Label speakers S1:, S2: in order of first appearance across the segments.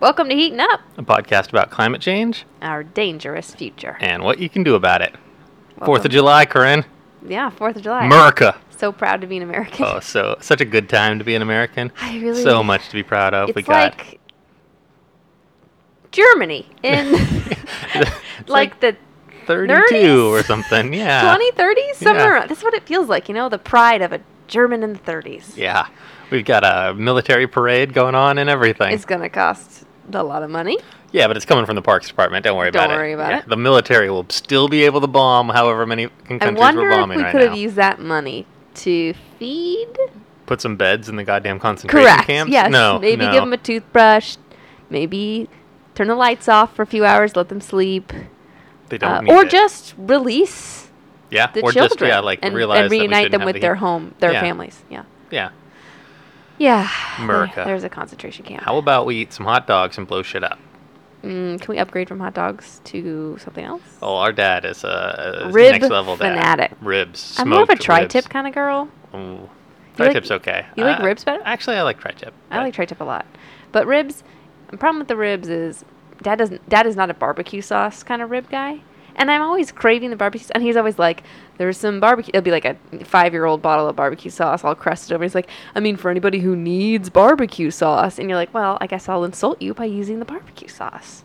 S1: Welcome to Heating Up,
S2: a podcast about climate change
S1: our dangerous future.
S2: and what you can do about it. Fourth
S1: Welcome.
S2: of July, Corinne.
S1: Yeah, Fourth of July.
S2: America.
S1: so proud to be an American.
S2: Oh, so such a good time to be an American.
S1: I really
S2: so much to be proud of.
S1: It's
S2: we got
S1: like Germany in
S2: It's
S1: like,
S2: like
S1: the
S2: 32 or something. Yeah.
S1: 20, 30s, somewhere
S2: Yeah.
S1: around. That's what it feels like, you know, the pride of a German in the 30s.
S2: Yeah. We've got a military parade going on and everything.
S1: It's going to cost a lot of money.
S2: yeah, but it's coming from the Parks Department. Don't worry
S1: Don't
S2: about it.
S1: worry about
S2: Yeah,
S1: it.
S2: The military will still be able to bomb however many
S1: I
S2: countries
S1: wonder
S2: we're
S1: if
S2: bombing
S1: we
S2: right
S1: could
S2: now.
S1: have used that money to feed
S2: Put some beds in the goddamn concentration
S1: Correct.
S2: camps.
S1: Yes.
S2: No.
S1: Maybe
S2: no.
S1: give them a toothbrush. Maybe turn the lights off for a few hours, let them sleep,
S2: they don't
S1: uh,
S2: need
S1: or
S2: it.
S1: just release
S2: yeah,
S1: the
S2: or
S1: children
S2: just yeah, like
S1: and,
S2: realize
S1: and
S2: that we
S1: reunite
S2: shouldn't
S1: them
S2: have
S1: with
S2: the
S1: their home, their
S2: Yeah.
S1: families. Yeah.
S2: Yeah.
S1: Yeah.
S2: America.
S1: There's a concentration camp.
S2: How about we eat some hot dogs and blow shit up?
S1: Mm, can we upgrade from hot dogs to something else?
S2: Oh, our dad is a
S1: Rib
S2: next level dad.
S1: fanatic.
S2: Ribs.
S1: I'm more of a
S2: smoked
S1: tri-tip
S2: ribs.
S1: kind of girl.
S2: Ooh.
S1: You like-
S2: Tri-tip's okay.
S1: you like
S2: Uh,
S1: ribs better?
S2: Actually, I like tri-tip.
S1: I like tri-tip a lot, but ribs. The problem with the ribs is dad doesn't. Dad is not a barbecue sauce kind of rib guy, and I'm always craving the barbecue. s- And he's always like, "There's some barbecue." It'll be like a five-year-old bottle of barbecue sauce all crusted over. He's like, "I mean, for anybody who needs barbecue sauce," and you're like, "Well, I guess I'll insult you by using the barbecue sauce,"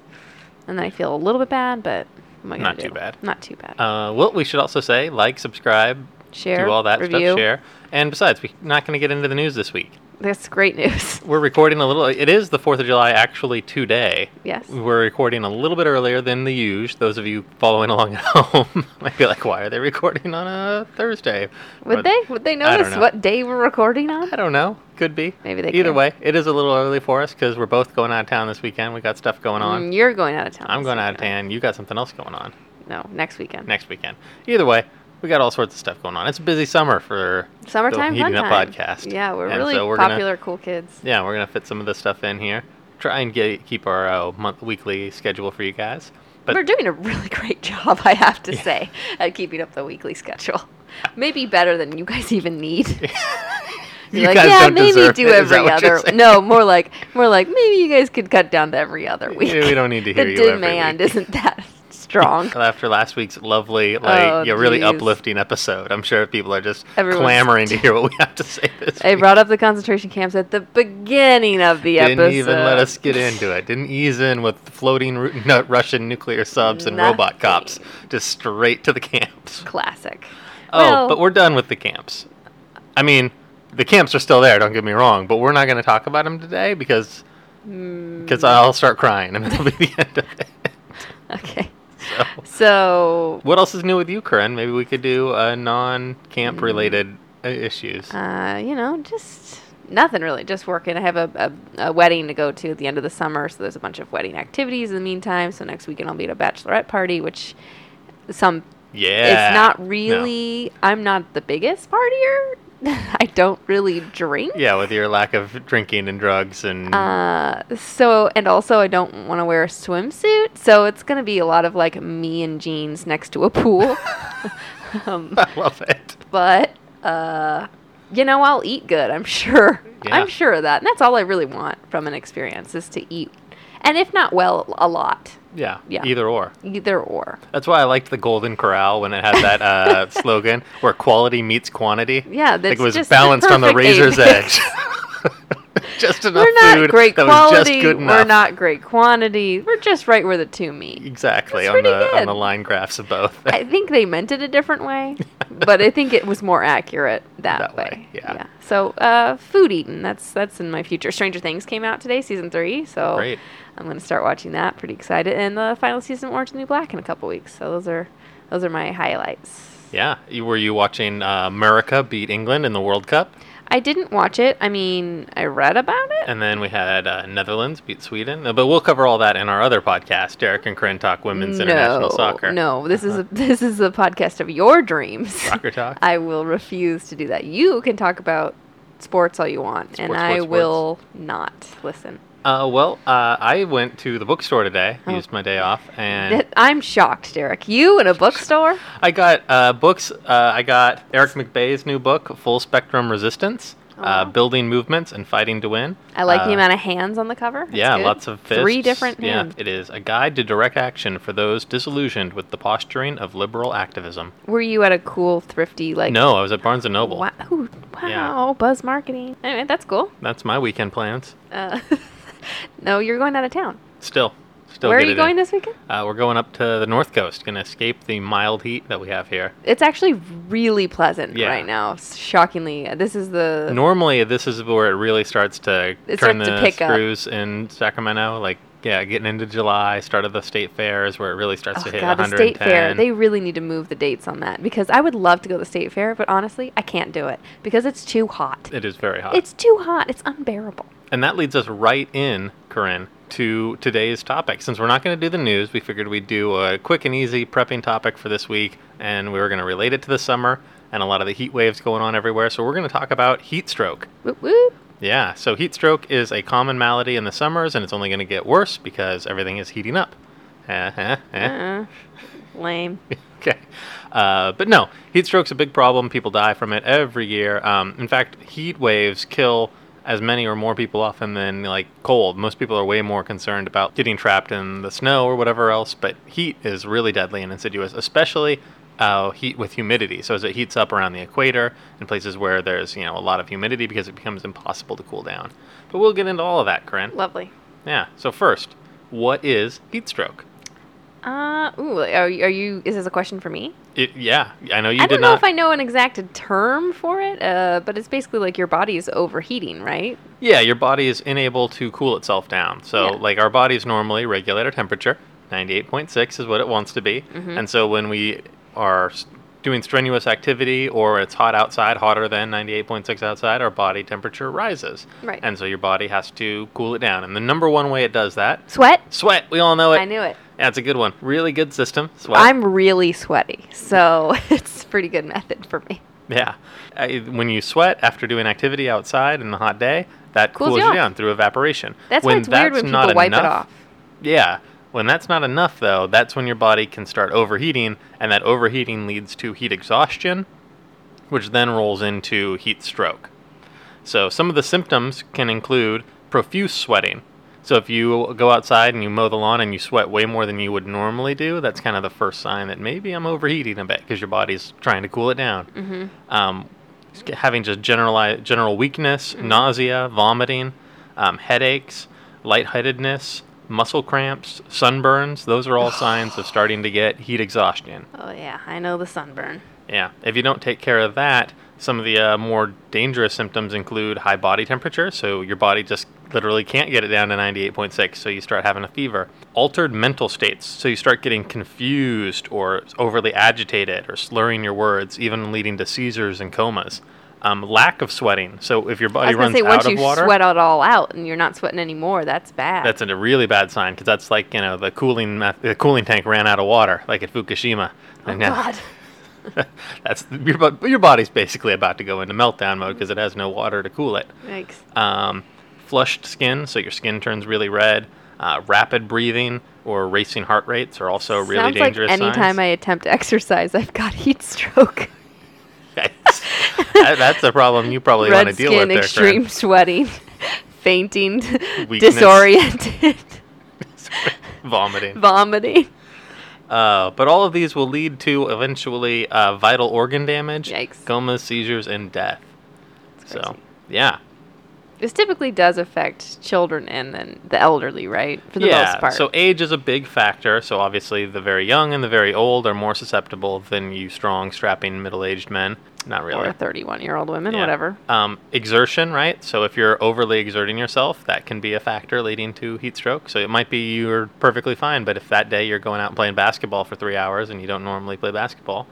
S1: and then I feel a little bit bad, but what am I gonna
S2: Not too
S1: do?
S2: bad.
S1: Not too bad.
S2: Uh, well, we should also say like, subscribe,
S1: share.
S2: do all that
S1: review.
S2: stuff, share. And besides, we're not going to get into the news this week.
S1: That's great news.
S2: We're recording a little. It is the Fourth of July actually today.
S1: yes.
S2: We're recording a little bit earlier than the usual. Those of you following along at home might be like, "Why are they recording on a Thursday?" Or-
S1: Would they? Would they
S2: don't
S1: notice
S2: know.
S1: what day we're recording on?
S2: I don't know. Could be.
S1: Maybe they
S2: Either
S1: care.
S2: way, it is a little early for us because we're both going out of town this weekend. We got stuff going on.
S1: Mm, You're going out of town.
S2: I'm
S1: this
S2: going out of
S1: weekend.
S2: town. You got something else going on
S1: No, next weekend.
S2: next weekend. Either way, we got all sorts of stuff going on. It's a busy summer for
S1: Summertime
S2: the
S1: fun
S2: Heating Up
S1: time.
S2: podcast.
S1: Yeah, we're
S2: And
S1: really
S2: so we're gonna-
S1: popular, cool kids.
S2: Yeah, we're gonna fit some of this stuff in here. Try and get keep our uh, month weekly schedule for you guys. But
S1: we're doing a really great job, I have to say, at keeping up the weekly schedule. Maybe better than you guys even need. You're
S2: you
S1: like,
S2: guys
S1: yeah,
S2: don't
S1: maybe
S2: deserve
S1: do
S2: it, is that
S1: every
S2: what you're
S1: other.
S2: saying?
S1: No, more like more like maybe you guys could cut down to every other week.
S2: we don't need to hear
S1: the
S2: you every
S1: demand
S2: week.
S1: isn't that strong.
S2: Well, After last week's lovely, like,
S1: Oh,
S2: yeah, really
S1: geez.
S2: uplifting episode, I'm sure people are just
S1: Everyone's-
S2: clamoring to hear what we have to say this
S1: I
S2: week.
S1: brought up the concentration camps at the beginning of the
S2: Didn't
S1: episode.
S2: even let us get into it. Didn't ease in with floating Ru- no, Russian nuclear subs and robot cops. Just straight to the camps.
S1: Classic.
S2: Oh,
S1: Well-
S2: but we're done with the camps. I mean, the camps are still there. Don't get me wrong, but we're not going to talk about them today because
S1: Hmm.
S2: because I'll start crying and that'll be the end of it.
S1: Okay.
S2: So,
S1: So
S2: what else is new with you, Corinne? Maybe we could do uh, non-camp related uh, issues.
S1: Mm. uh, you know, just nothing really, just working. I have a, a, a wedding to go to at the end of the summer, so there's a bunch of wedding activities in the meantime. So next weekend I'll be at a bachelorette party, which some
S2: yeah,
S1: it's not
S2: No.
S1: really. I'm not the biggest partier. I don't really drink.
S2: Yeah, with your lack of drinking and drugs and
S1: Uh, so and also I don't want to wear a swimsuit, so it's gonna be a lot of like me in jeans next to a pool. um,
S2: I love it.
S1: but uh, you know i'll eat good i'm sure
S2: Yeah.
S1: i'm sure of that and that's all i really want from an experience is to eat and if not well a lot
S2: Yeah,
S1: Yeah.
S2: either or.
S1: either or
S2: That's why I liked the Golden Corral when it had that uh, slogan where quality meets quantity.
S1: yeah that's
S2: like it was
S1: just
S2: balanced on the
S1: perfect
S2: razor's
S1: apex.
S2: edge. just enough
S1: we're not
S2: food
S1: great
S2: that was
S1: quality
S2: just good enough.
S1: we're not great quantity we're just right where the two meet
S2: exactly
S1: That's
S2: on
S1: pretty
S2: the on
S1: good.
S2: the line graphs of both.
S1: i think they meant it a different way but i think it was more accurate that,
S2: That way, yeah.
S1: so uh, food eating that's that's in my future stranger things came out today season three so
S2: Great.
S1: I'm gonna start watching that. Pretty excited. And the final season of Orange is the New Black in a couple weeks. So those are those are my highlights.
S2: Yeah, you, were you watching uh, America beat England in the World Cup?
S1: I didn't watch it. I mean, I read about it.
S2: And then we had uh, Netherlands beat Sweden. Uh, But we'll cover all that in our other podcast, Derek and Corinne Talk Women's International Soccer. Uh-huh.
S1: no. This is a, this is the podcast of your dreams.
S2: Soccer Talk.
S1: I will refuse to do that. You can talk about sports all you want, and
S2: Sports,
S1: I
S2: sports, sports.
S1: will not listen.
S2: Uh, well, uh, I went to the bookstore today,
S1: Oh.
S2: used my day off, and
S1: I'm shocked, Derek. You in a bookstore?
S2: I got uh, books. Uh, I got Eric McBay's new book, Full Spectrum Resistance. uh,
S1: wow.
S2: building movements and fighting to win.
S1: I like the
S2: Uh,
S1: amount of hands on the cover. That's
S2: yeah,
S1: good.
S2: lots of fists.
S1: Three different
S2: Yeah,
S1: hands.
S2: it is a guide to direct action for those disillusioned with the posturing of liberal activism.
S1: Were you at a cool, thrifty like?
S2: no, I was at Barnes and Noble.
S1: Wow, ooh,
S2: Yeah.
S1: wow, buzz marketing. Anyway, that's cool.
S2: That's my weekend plans.
S1: Uh, no, you're going out of town.
S2: Still, still.
S1: Where are
S2: get
S1: you
S2: it
S1: going
S2: In.
S1: this weekend?
S2: uh, we're going up to the north coast. Gonna escape the mild heat that we have here.
S1: It's actually really pleasant
S2: Yeah.
S1: right now. s- Shockingly, uh, this is the
S2: Normally, this is where it really starts to
S1: It
S2: turn
S1: starts to
S2: the
S1: pick up.
S2: screws in Sacramento. Like, yeah, getting into July, start of the state fair is where it really starts
S1: oh
S2: to hit
S1: god, the
S2: 110.
S1: state fair. They really need to move the dates on that because I would love to go to the state fair, but honestly, I can't do it because it's too hot.
S2: It is very hot.
S1: It's too hot. It's unbearable.
S2: And that leads us right in, Corinne, to today's topic. Since we're not going to do the news, we figured we'd do a quick and easy prepping topic for this week, and we were going to relate it to the summer and a lot of the heat waves going on everywhere. So we're going to talk about heat stroke.
S1: Whoop, whoop.
S2: Yeah, so heat stroke is a common malady in the summers, and it's only going to get worse because everything is heating up. Eh, eh, eh.
S1: Uh-uh. Lame.
S2: okay. Uh, but no, heat stroke's a big problem. People die from it every year. Um, in fact, heat waves kill as many or more people often than like cold. Most people are way more concerned about getting trapped in the snow or whatever else, but heat is really deadly and insidious, especially uh, heat with humidity. So as it heats up around the equator in places where there's you know a lot of humidity, because it becomes impossible to cool down. But we'll get into all of that, Corinne.
S1: Lovely.
S2: Yeah. So first, what is heat stroke?
S1: Uh, ooh, are, you- are you, is this a question for me?
S2: It, yeah, I know you
S1: I
S2: did
S1: don't know
S2: not.
S1: if I know an exact term for it, uh, but it's basically like your body is overheating, right?
S2: Yeah, your body is unable to cool itself down. So,
S1: Yeah.
S2: like, our bodies normally regulate our temperature. 98.6 is what it wants to be.
S1: Mm-hmm.
S2: And so, when we are s- doing strenuous activity or it's hot outside, hotter than 98.6 outside, our body temperature rises.
S1: Right.
S2: And so, your body has to cool it down. And the number one way it does that
S1: Sweat?
S2: sweat. We all know it.
S1: I knew it.
S2: That's a good one. Really good system. Sweat.
S1: I'm really sweaty, so it's a pretty good method for me.
S2: Yeah. I, when you sweat after doing activity outside in the hot day, that
S1: Cools
S2: cools,
S1: you
S2: you
S1: off.
S2: down through evaporation.
S1: That's why it's weird when people wipe it off.
S2: Yeah. When that's not enough, though, that's when your body can start overheating, and that overheating leads to heat exhaustion, which then rolls into heat stroke. So, some of the symptoms can include profuse sweating. So, if you go outside and you mow the lawn and you sweat way more than you would normally do, that's kind of the first sign that maybe I'm overheating a bit because your body's trying to cool it down. Um, just get- having just generalized, general weakness, nausea, vomiting, um, headaches, lightheadedness, muscle cramps, sunburns, those are all signs of starting to get heat exhaustion.
S1: Oh, yeah, I know the sunburn.
S2: Yeah. If you don't take care of that, some of the uh, more dangerous symptoms include high body temperature. So your body just literally can't get it down to 98.6. So you start having a fever. Altered mental states. So you start getting confused or overly agitated or slurring your words, even leading to seizures and comas. Um, lack of sweating. So if your
S1: I
S2: body
S1: was going to say,
S2: runs
S1: once
S2: out
S1: you
S2: of water,
S1: sweat it all out and you're not sweating anymore, that's bad.
S2: that's a really bad sign because that's like you know the cooling ma- the cooling tank ran out of water, like at Fukushima.
S1: oh,
S2: And now-
S1: God.
S2: That's your, bo- your body's basically about to go into meltdown mode because it has no water to cool it.
S1: Yikes.
S2: Um, flushed skin, so your skin turns really red. Uh, rapid breathing or racing heart rates are also really
S1: Sounds
S2: dangerous.
S1: like anytime I
S2: signs.
S1: attempt to exercise, I've got heat stroke.
S2: Yikes. That- that's a problem you probably want
S1: Red
S2: to deal
S1: skin,
S2: with there.
S1: extreme sweating, fainting,
S2: Weakness.
S1: disoriented,
S2: Corinne. Vomiting.
S1: vomiting.
S2: Uh, but all of these will lead to eventually uh, vital organ damage,
S1: Yikes.
S2: comas, seizures, and death. So,
S1: crazy.
S2: yeah.
S1: This typically does affect children and then the elderly, right? For the most part.
S2: So age is a big factor. So obviously, the very young and the very old are more susceptible than you strong, strapping, middle-aged men. Not really.
S1: or 31 year old women,
S2: Yeah.
S1: whatever.
S2: Um, exertion, right? So if you're overly exerting yourself, that can be a factor leading to heat stroke. So it might be you're perfectly fine, but if that day you're going out and playing basketball for three hours and you don't normally play basketball,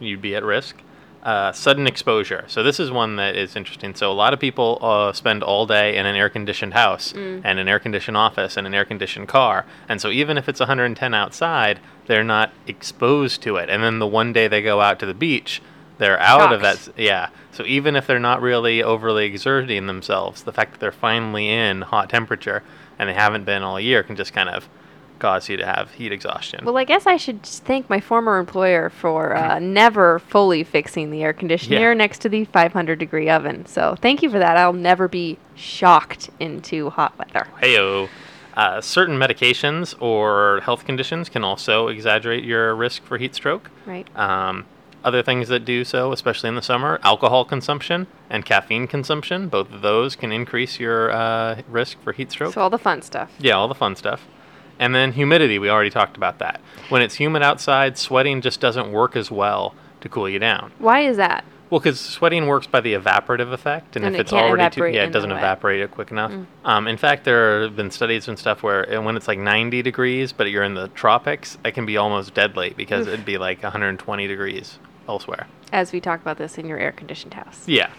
S2: you'd be at risk. Uh, sudden exposure. So this is one that is interesting. So a lot of people uh, spend all day in an air-conditioned house and an air-conditioned office and an air-conditioned car, and so even if it's 110 outside, they're not exposed to it. And then the one day they go out to the beach, they're out of that.
S1: Shocked.
S2: Yeah. So even if they're not really overly exerting themselves, the fact that they're finally in hot temperature and they haven't been all year can just kind of cause you to have heat exhaustion.
S1: Well, I guess I should just thank my former employer for uh, never fully fixing the air conditioner
S2: Yeah.
S1: next to the 500 degree oven. So thank you for that. I'll never be shocked into hot weather.
S2: Heyo. Uh, certain medications or health conditions can also exaggerate your risk for heat stroke.
S1: Right.
S2: Um, other things that do so, especially in the summer, alcohol consumption and caffeine consumption, both of those can increase your uh, risk for heat stroke.
S1: So all the fun stuff.
S2: yeah, all the fun stuff. And then humidity, we already talked about that. When it's humid outside, sweating just doesn't work as well to cool you down.
S1: Why is that?
S2: Well, because sweating works by the evaporative effect, and,
S1: And
S2: if
S1: it
S2: it's
S1: can't
S2: already too
S1: evaporate
S2: yeah,
S1: in the
S2: it doesn't
S1: wet. Mm.
S2: evaporate it quick enough. Um, in fact, there have been studies and stuff where uh, when it's like 90 degrees, but you're in the tropics, it can be almost deadly because
S1: Oof.
S2: it'd be like 120 degrees elsewhere.
S1: As we talk about this in your air conditioned house.
S2: Yeah.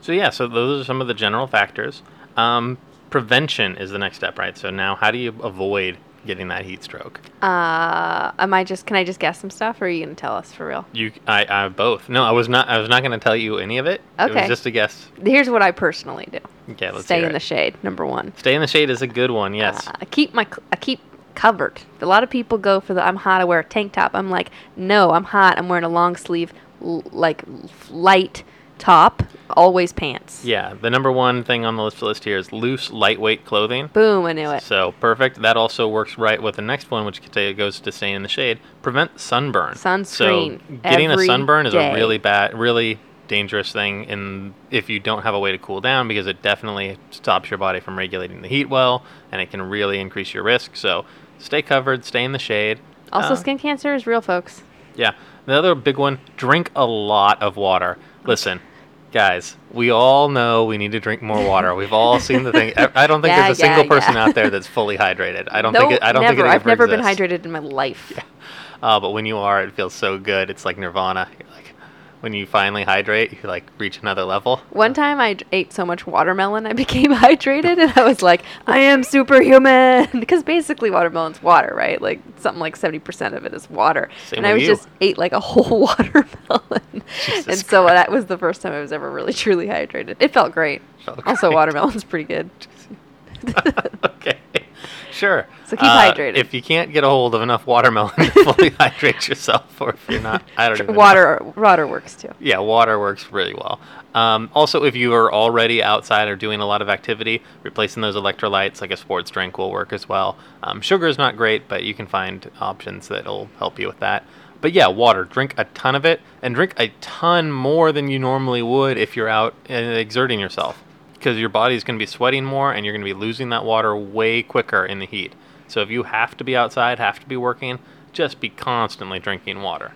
S2: so yeah, so those are some of the general factors. Um, prevention is the next step, right? So now, how do you avoid getting that heat stroke?
S1: Uh, am I just? Can I just guess some stuff, or are you gonna tell us for real?
S2: You, I, I both. No, I was not. I was not going to tell you any of it. It
S1: Okay.
S2: was just a guess.
S1: Here's what I personally do.
S2: Okay, let's
S1: Stay
S2: hear
S1: in
S2: it.
S1: the shade. Number one.
S2: Stay in the shade is a good one. Yes.
S1: Uh, I keep my cl- I keep covered. A lot of people go for the I'm hot. I wear a tank top. I'm like, no, I'm hot. I'm wearing a long sleeve, l- like l- light top, always pants.
S2: Yeah, the number one thing on the list, list here is loose, lightweight clothing.
S1: Boom! I knew it.
S2: So perfect. That also works right with the next one, which could say it goes to staying in the shade. Prevent sunburn.
S1: Sunscreen
S2: So getting
S1: every
S2: a sunburn is
S1: day.
S2: a really bad, really dangerous thing, in if you don't have a way to cool down, because it definitely stops your body from regulating the heat well, and it can really increase your risk. So stay covered, stay in the shade.
S1: Also,
S2: Uh,
S1: skin cancer is real, folks.
S2: yeah. The other big one, drink a lot of water. Listen, guys, we all know we need to drink more water. We've all seen the thing. I I don't think
S1: Yeah,
S2: there's a
S1: yeah,
S2: single person
S1: yeah.
S2: out there that's fully hydrated. I don't
S1: no,
S2: think it, I don't
S1: never.
S2: think it
S1: I've
S2: ever
S1: never
S2: exists.
S1: been hydrated in my life.
S2: Uh, but when you are, it feels so good. It's like nirvana. You're like when you finally hydrate, you like reach another level.
S1: One time I d- ate so much watermelon I became hydrated and I was like, I am superhuman because basically watermelon's water, right? Like something like 70% of it is water.
S2: Same
S1: and I
S2: with
S1: was
S2: you.
S1: just ate like a whole watermelon.
S2: Jesus
S1: and so
S2: Christ.
S1: that was the first time I was ever really truly hydrated. It felt great.
S2: Felt
S1: Also
S2: great.
S1: watermelon's pretty good.
S2: okay. Sure. Uh,
S1: So keep hydrated.
S2: If you can't get a hold of enough watermelon to fully hydrate yourself, or if you're not, I don't even know.
S1: Water water works too.
S2: Yeah, water works really well. Um, also, if you are already outside or doing a lot of activity, replacing those electrolytes like a sports drink will work as well. Um, sugar is not great, but you can find options that'll help you with that. But yeah, water. Drink a ton of it, and drink a ton more than you normally would if you're out and exerting yourself, because your body's going to be sweating more, and you're going to be losing that water way quicker in the heat. So if you have to be outside, have to be working, just be constantly drinking water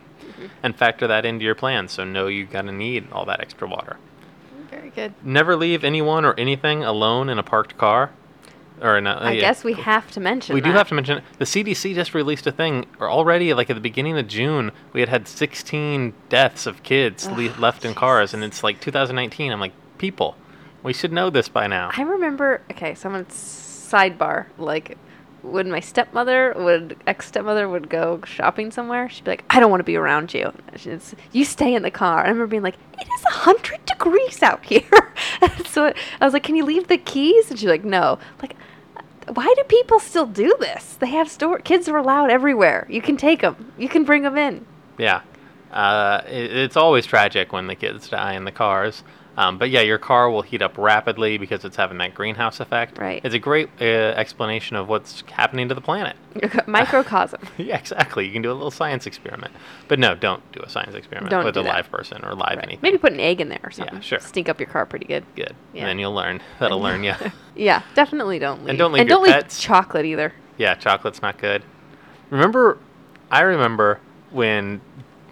S2: and factor that into your plan so know you're going to need all that extra water.
S1: Very good.
S2: Never leave anyone or anything alone in a parked car. Or in a,
S1: I
S2: Oh, yeah.
S1: guess we have to mention
S2: We do
S1: that.
S2: have to mention the CDC just released a thing or already like at the beginning of June we had had 16 deaths of kids le-
S1: Ugh,
S2: left in cars and
S1: Jesus.
S2: it's like 2019 I'm like people we should know this by now.
S1: I remember. Okay, so I'm on sidebar. Like, when my stepmother would ex stepmother would go shopping somewhere, she'd be like, "I don't want to be around you. She's, you stay in the car." I remember being like, "It is hundred degrees out here." And so I was like, "Can you leave the keys?" And she's like, "No." Like, uh, why do people still do this? They have store kids are allowed everywhere. You can take them. You can bring them in.
S2: Yeah. Uh, it, it's always tragic when the kids die in the cars. Um, but yeah, your car will heat up rapidly because it's having that greenhouse effect.
S1: Right.
S2: It's a great uh, explanation of what's happening to the planet.
S1: Microcosm.
S2: yeah, exactly. You can do a little science experiment. But no, don't do a science experiment
S1: Don't
S2: with
S1: do
S2: a
S1: that.
S2: live person or live
S1: Right.
S2: anything.
S1: Maybe put an egg in there or something.
S2: sure.
S1: Stink up your car pretty good.
S2: Good.
S1: Yeah.
S2: And then you'll learn. That'll learn you.
S1: Yeah, definitely don't leave.
S2: don't leave
S1: and
S2: your
S1: don't leave
S2: pets.
S1: chocolate either.
S2: Yeah, chocolate's not good. Remember, I remember when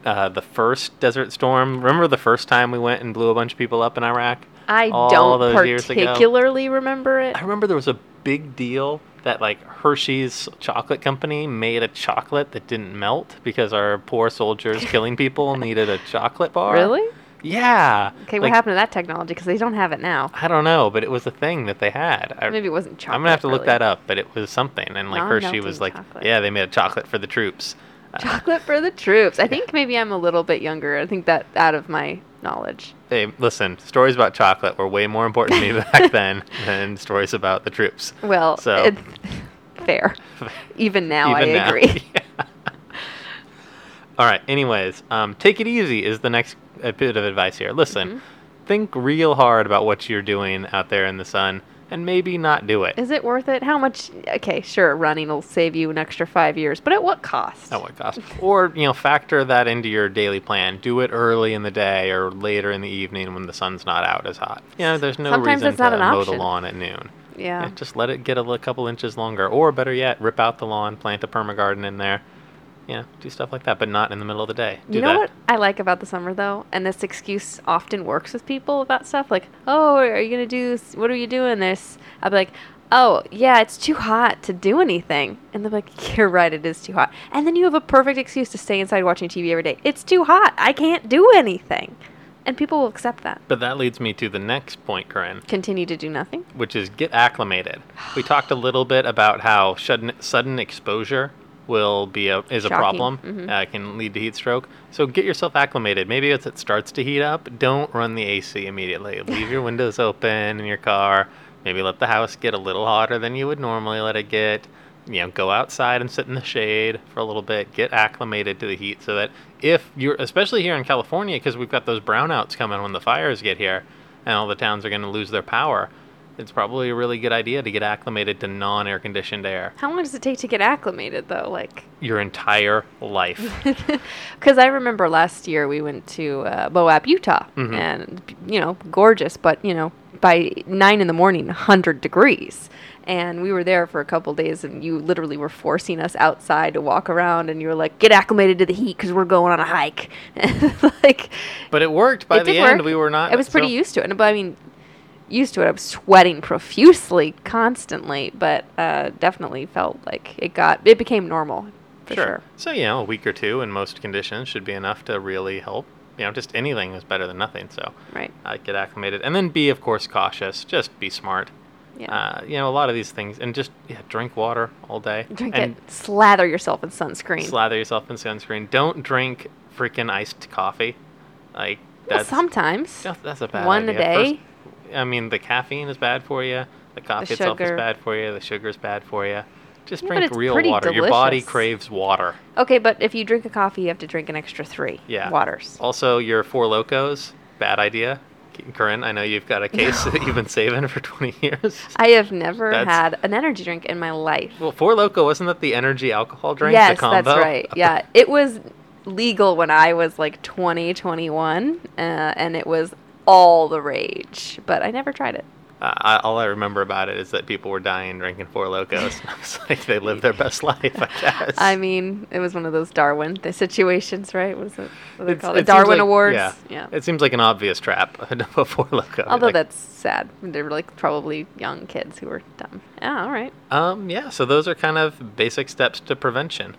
S2: uh, the first Desert Storm. Remember the first time we went and blew a bunch of people up in Iraq.
S1: I
S2: All
S1: don't
S2: those years ago.
S1: particularly remember it.
S2: I remember there was a big deal that like Hershey's chocolate company made a chocolate that didn't melt because our poor soldiers killing people needed a chocolate bar.
S1: Really?
S2: Yeah.
S1: Okay, what
S2: Like,
S1: happened to that technology? Because they don't have it now.
S2: I don't know, but it was a thing that they had. I,
S1: Maybe it wasn't chocolate.
S2: I'm gonna have to look
S1: really.
S2: that up, but it was something, and like Hershey
S1: Non-melting
S2: was like,
S1: chocolate.
S2: yeah, they made a chocolate for the troops. Uh,
S1: Chocolate for the troops. I think maybe I'm a little bit younger. I think that out of my knowledge.
S2: hey, listen, stories about chocolate were way more important to me back then than stories about the troops.
S1: Well,
S2: So-
S1: it- Fair. Even now,
S2: Even
S1: I
S2: now.
S1: agree.
S2: Yeah. All right. Anyways, um, take it easy is the next uh, bit of advice here. Listen,
S1: Mm-hmm.
S2: think real hard about what you're doing out there in the sun, and maybe not do it.
S1: Is it worth it? How much? Okay, sure, running will save you an extra five years, but at what cost?
S2: At what cost? Oh Or you know, factor that into your daily plan. Do it early in the day or later in the evening when the sun's not out as hot. You know, there's no
S1: Sometimes
S2: reason
S1: it's not
S2: to
S1: an
S2: mow the
S1: option.
S2: lawn at noon.
S1: Yeah.
S2: Yeah, just let it get a li- couple inches longer, or better yet, rip out the lawn, plant a permagarden in there. Yeah, do stuff like that, but not in the middle of the day. Do
S1: you know
S2: that.
S1: what I like about the summer though, and this excuse often works with people about stuff like, "Oh, are you gonna do? s- What are you doing this?" I'll be like, "Oh, yeah, it's too hot to do anything," and they're like, "You're right, it is too hot." And then you have a perfect excuse to stay inside watching TV every day. It's too hot. I can't do anything, and people will accept that.
S2: But that leads me to the next point, Corinne,
S1: Continue to do nothing.
S2: which is get acclimated. We talked a little bit about how sudden, sudden exposure will be a, is a
S1: Shocking.
S2: problem.
S1: Mhm.
S2: Uh, it can lead to heat stroke. So get yourself acclimated. Maybe as it starts to heat up, don't run the AC immediately. Leave your windows open in your car. Maybe let the house get a little hotter than you would normally let it get. You know, go outside and sit in the shade for a little bit. Get acclimated to the heat so that if you're, especially here in California, because we've got those brownouts coming when the fires get here, and all the towns are going to lose their power. It's probably a really good idea to get acclimated to non-air conditioned air
S1: How long does it take to get acclimated though? Like.
S2: your entire life.
S1: Because I remember last year we went to uh, Moab, Utah,
S2: Mhm.
S1: and you know, gorgeous, but you know, by nine in the morning, hundred degrees, and we were there for a couple days, and you literally were forcing us outside to walk around, and you were like, "Get acclimated to the heat because we're going on a hike." like,
S2: But it worked. By
S1: it
S2: the
S1: did
S2: end,
S1: work.
S2: we were not.
S1: I was pretty
S2: so-
S1: used to it, and- but I mean, used to it. I was sweating profusely, constantly, but uh, definitely felt like it got it became normal for sure.
S2: So you know, a week or two in most conditions should be enough to really help. You know, just anything is better than nothing. So
S1: Right?
S2: uh, get acclimated, and then be of course cautious. Just be smart.
S1: Yeah.
S2: Uh, you know, a lot of these things, and just yeah, drink water all day.
S1: Drink
S2: and
S1: it. Slather yourself in sunscreen.
S2: Slather yourself in sunscreen. Don't drink freaking iced coffee. Like
S1: Well,
S2: that's
S1: sometimes.
S2: That's, that's a bad
S1: One a
S2: idea. First-
S1: day?
S2: I mean, the caffeine is bad for you. The coffee itself is
S1: sugar.
S2: bad for you. The sugar is bad for you. Just
S1: Yeah, but
S2: drink
S1: it's
S2: real
S1: pretty
S2: water. Your body
S1: delicious.
S2: craves water.
S1: Okay, but if you drink a coffee, you have to drink an extra three
S2: Yeah.
S1: waters.
S2: Also, your four locos, bad idea. Corinne, I know you've got a case that you've been saving for 20 years.
S1: I have never
S2: That's-
S1: had an energy drink in my life.
S2: Well, four loco wasn't that the energy alcohol drink?
S1: yes,
S2: the combo?
S1: that's right. Yeah, it was legal when I was like 20, 21, uh, and it was all the rage, but I never tried it.
S2: Uh, I, all I remember about it is that people were dying drinking four locos. I was like, they lived their best life, I guess.
S1: I mean, it was one of those Darwin th- situations, right? What is it? What are they
S2: It's-
S1: called? The
S2: it seems
S1: Darwin
S2: like-
S1: Awards.
S2: Yeah.
S1: yeah.
S2: It seems like an obvious trap of four loco.
S1: Although
S2: Like,
S1: that's sad. They were like probably young kids who were dumb. Yeah, all right.
S2: Um, yeah, so those are kind of basic steps to prevention.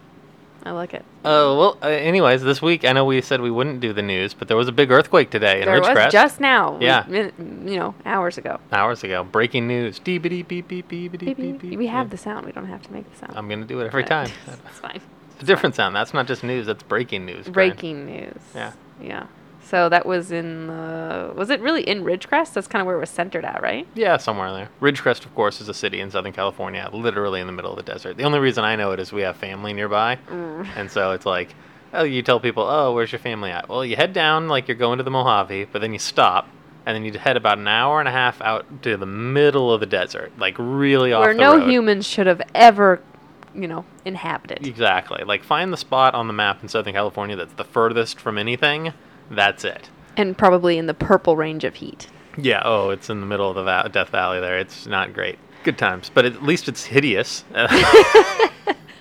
S1: I like it.
S2: Oh, well, uh, anyways, this week, I know we said we wouldn't do the news, but there was a big earthquake today in
S1: there was
S2: Ridgecrest.
S1: just now. we-
S2: Yeah.
S1: min- you know, hours ago.
S2: hours ago. Breaking news. Deebity beep beep beepity
S1: Beep,
S2: beep
S1: beep,
S2: beep.
S1: We have
S2: Yeah.
S1: the sound. We don't have to make the sound.
S2: I'm going to do it every
S1: But
S2: time.
S1: it's fine.
S2: It's a different sound. That's not just news, that's breaking news. Brian.
S1: Breaking news.
S2: Yeah.
S1: Yeah. So that was in the. Was it really in Ridgecrest? That's kind of where it was centered at, right?
S2: Yeah, somewhere in there. Ridgecrest, of course, is a city in Southern California, literally in the middle of the desert. The only reason I know it is we have family nearby.
S1: Mm.
S2: And so it's like, oh, you tell people, oh, where's your family at? Well, you head down like you're going to the Mojave, but then you stop, and then you head about an hour and a half out to the middle of the desert, like really off
S1: Where
S2: the
S1: no
S2: road.
S1: humans should have ever, you know, inhabited.
S2: Exactly. Like find the spot on the map in Southern California that's the furthest from anything. That's it.
S1: And probably in the purple range of heat.
S2: Yeah. Oh, it's in the middle of the va- Death Valley there. It's not great. Good times, but at least it's hideous.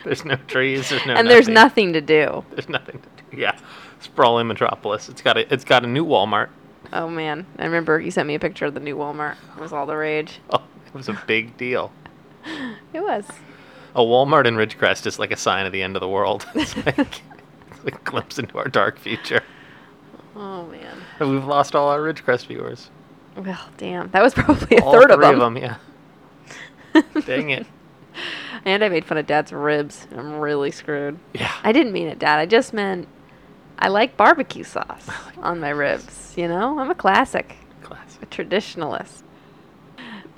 S2: there's no trees. There's no.
S1: and there's nothing
S2: nothing.
S1: to do.
S2: There's nothing to do. Yeah, sprawling metropolis. It's got a. It's got a new Walmart.
S1: Oh, man. I remember you sent me a picture of the new Walmart. It was all the rage.
S2: Oh, it was a big deal.
S1: It was.
S2: A Walmart in Ridgecrest is like a sign of the end of the world. It's like, it's like a glimpse into our dark future.
S1: Oh, man.
S2: And We've lost all our Ridgecrest viewers.
S1: Well, damn. That was probably a
S2: all
S1: third
S2: three
S1: of them.
S2: Yeah. Dang it.
S1: And I made fun of dad's ribs. I'm really screwed.
S2: Yeah.
S1: I didn't mean it, dad. I just meant I like barbecue sauce on my ribs. You know, I'm a classic,
S2: Classic.
S1: a traditionalist.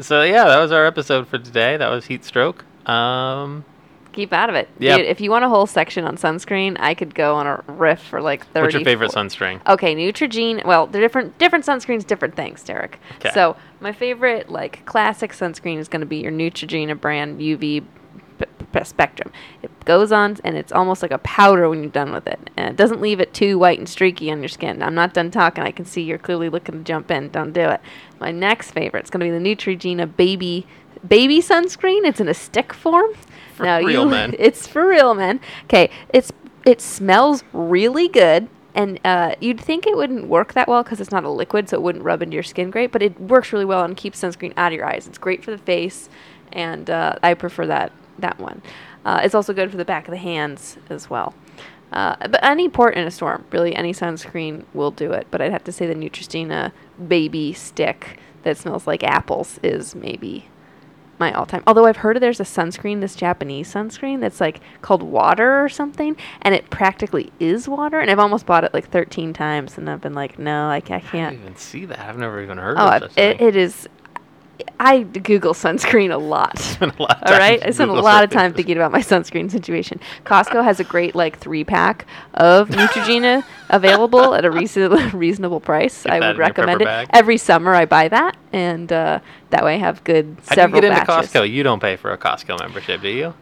S2: So yeah, that was our episode for today. That was heat stroke. Um,
S1: Keep out of it.
S2: Yep.
S1: Dude, if you want a whole section on sunscreen, I could go on a riff for like 30.
S2: what's your favorite
S1: 40
S2: sunscreen?
S1: Okay, Neutrogena. Well, they're different. Different sunscreens, different things, Derek.
S2: 'Kay.
S1: So my favorite, like classic sunscreen, is going to be your Neutrogena brand UV p- p- spectrum. It goes on and it's almost like a powder when you're done with it, and it doesn't leave it too white and streaky on your skin. I'm not done talking. I can see you're clearly looking to jump in. Don't do it. My next favorite's going to be the Neutrogena baby baby sunscreen. It's in a stick form.
S2: For real, man.
S1: It's for real, man. Okay, it's it smells really good, and uh, you'd think it wouldn't work that well because it's not a liquid, so it wouldn't rub into your skin great. But it works really well and keeps sunscreen out of your eyes. It's great for the face, and uh, I prefer that that one. Uh, it's also good for the back of the hands as well. Uh, but any port in a storm, really any sunscreen will do it. But I'd have to say the Neutrogena baby stick that smells like apples is maybe my all time. Although I've heard there's a sunscreen, this Japanese sunscreen that's like called water or something, and it practically is water. And I've almost bought it like 13 times, and I've been like, no, I, ca- I
S2: I don't
S1: can't.
S2: even see that. I've never even heard
S1: Oh,
S2: of
S1: I-
S2: such
S1: it,
S2: thing.
S1: it is. I Google sunscreen a lot.
S2: Spent a lot of
S1: All
S2: time
S1: right, I spent a
S2: Google
S1: lot of
S2: searching
S1: time
S2: this.
S1: thinking about my sunscreen situation. Costco has a great like three pack of Neutrogena available at a reason- reasonable price.
S2: Get
S1: I
S2: that
S1: would
S2: in your
S1: recommend it
S2: paper bag.
S1: every summer. I buy that, and uh, that way I have good
S2: How
S1: several
S2: do you get into
S1: batches.
S2: Costco? You don't pay for a Costco membership, do you?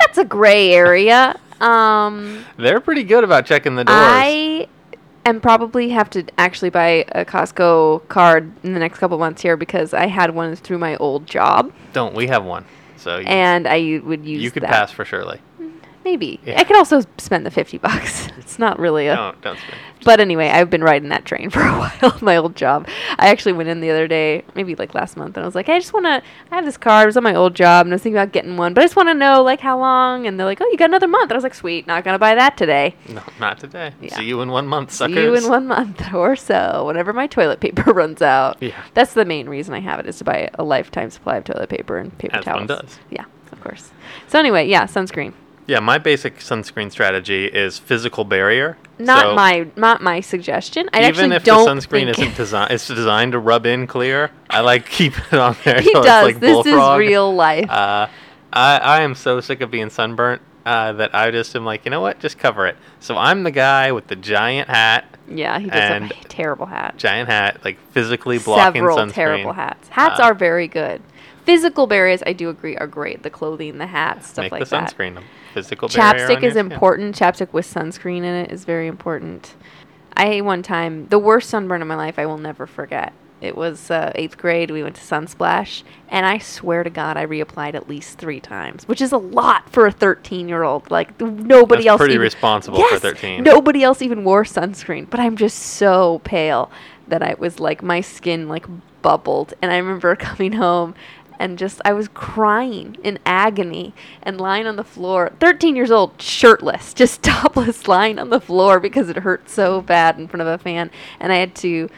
S1: That's a gray area. Um,
S2: They're pretty good about checking the doors.
S1: I am probably have to actually buy a Costco card in the next couple months here because I had one through my old job,
S2: Don't we have one? So you,
S1: and I would use
S2: you could
S1: that.
S2: pass for Shirley.
S1: Maybe
S2: Yeah.
S1: I could also spend the fifty bucks. It's not really a.
S2: Don't don't spend.
S1: But anyway, I've been riding that train for a while. my old job. I actually went in the other day, maybe like last month, and I was like, "Hey, I just want to. I have this card. It was on my old job, and I was thinking about getting one, but I just want to know like how long. And they're like, "Oh, you got another month." I was like, "Sweet, not gonna buy that today.
S2: No, not today.
S1: Yeah.
S2: See you in one month,
S1: See
S2: suckers.
S1: you in one month or so, whenever my toilet paper runs out."
S2: Yeah.
S1: That's the main reason I have it is to buy a lifetime supply of toilet paper and paper
S2: As one
S1: towels.
S2: does.
S1: Yeah, of course. So anyway, yeah, sunscreen.
S2: Yeah, my basic sunscreen strategy is physical barrier.
S1: Not
S2: So
S1: my not my suggestion. I
S2: even
S1: actually
S2: if
S1: don't
S2: the sunscreen
S1: think-
S2: isn't designed, it's designed to rub in clear. I like keep it on there.
S1: he
S2: so
S1: does.
S2: It's like
S1: this
S2: bullfrog.
S1: is real life.
S2: Uh, I I am so sick of being sunburnt uh, that I just am like, you know what? Just cover it. So I'm the guy with the giant hat,
S1: yeah, he does have
S2: and
S1: a terrible hat.
S2: giant hat, like physically blocking
S1: Several
S2: sunscreen.
S1: terrible hats. Hats
S2: Uh,
S1: are very good. Physical barriers, I do agree, are great. The clothing, the hats, stuff
S2: Make
S1: like
S2: the
S1: that.
S2: sunscreen a physical barrier.
S1: Chapstick
S2: on
S1: is
S2: your skin.
S1: important. Chapstick with sunscreen in it is very important. I one time the worst sunburn of my life. I will never forget. It was uh, eighth grade. We went to Sunsplash, and I swear to God, I reapplied at least three times, which is a lot for a thirteen-year-old. Like th- nobody
S2: That's
S1: else.
S2: pretty
S1: even-
S2: responsible for
S1: Yes!
S2: 13.
S1: Nobody else even wore sunscreen, but I'm just so pale that I was like my skin like bubbled, and I remember coming home and just I was crying in agony and lying on the floor, 13 years old, shirtless, just topless, lying on the floor because it hurt so bad in front of a fan, and I had to,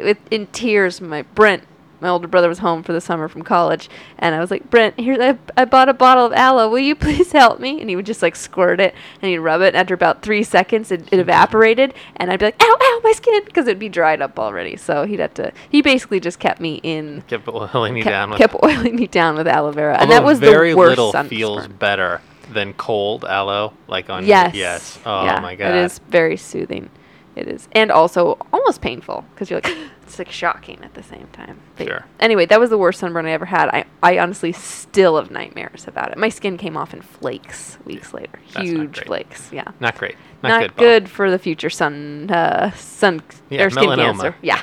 S1: with in tears, my Brent. My older brother was home for the summer from college, and I was like, Brent, here I, I bought a bottle of aloe. Will you please help me? And he would just like squirt it, and he'd rub it. And after about three seconds, it, it evaporated, and I'd be like, ow, ow, my skin, because it'd be dried up already. So he'd have to. He basically just kept me in
S2: Kept oiling you
S1: kept,
S2: down with
S1: kept oiling me down with aloe vera, and
S2: Although
S1: that was
S2: very
S1: the worst
S2: little
S1: sunburn.
S2: feels better than cold aloe, like on your-
S1: yes,
S2: yes. Oh
S1: Yeah,
S2: my god,
S1: it is very soothing. It is, and also almost painful because you're like it's like shocking at the same time.
S2: Sure.
S1: Anyway, that was the worst sunburn I ever had. I I honestly still have nightmares about it. My skin came off in flakes weeks later,
S2: That's not
S1: huge
S2: great.
S1: flakes. Yeah.
S2: not great, not,
S1: Not,
S2: good. Bob.
S1: good for the future sun, uh, sun,
S2: Yeah,
S1: or skin
S2: melanoma.
S1: cancer. Yeah.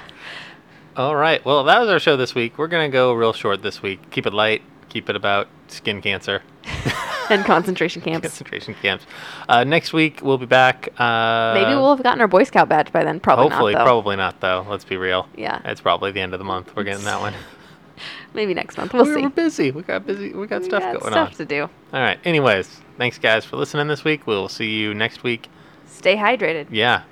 S2: All right, well that was our show this week. We're gonna go real short this week. Keep it light. Keep it about skin cancer,
S1: And concentration camps.
S2: concentration camps. Uh, next week we'll be back. Uh,
S1: Maybe we'll have gotten our Boy Scout badge by then. Probably
S2: hopefully
S1: not, though.
S2: probably not though. Let's be real.
S1: Yeah.
S2: it's probably the end of the month. We're getting that one.
S1: Maybe next month. We'll
S2: we're,
S1: see.
S2: we're busy. We got busy. We got
S1: We
S2: stuff
S1: got
S2: going
S1: stuff
S2: on.
S1: to do.
S2: All right. Anyways, thanks guys for listening this week. We'll see you next week.
S1: Stay hydrated.
S2: Yeah.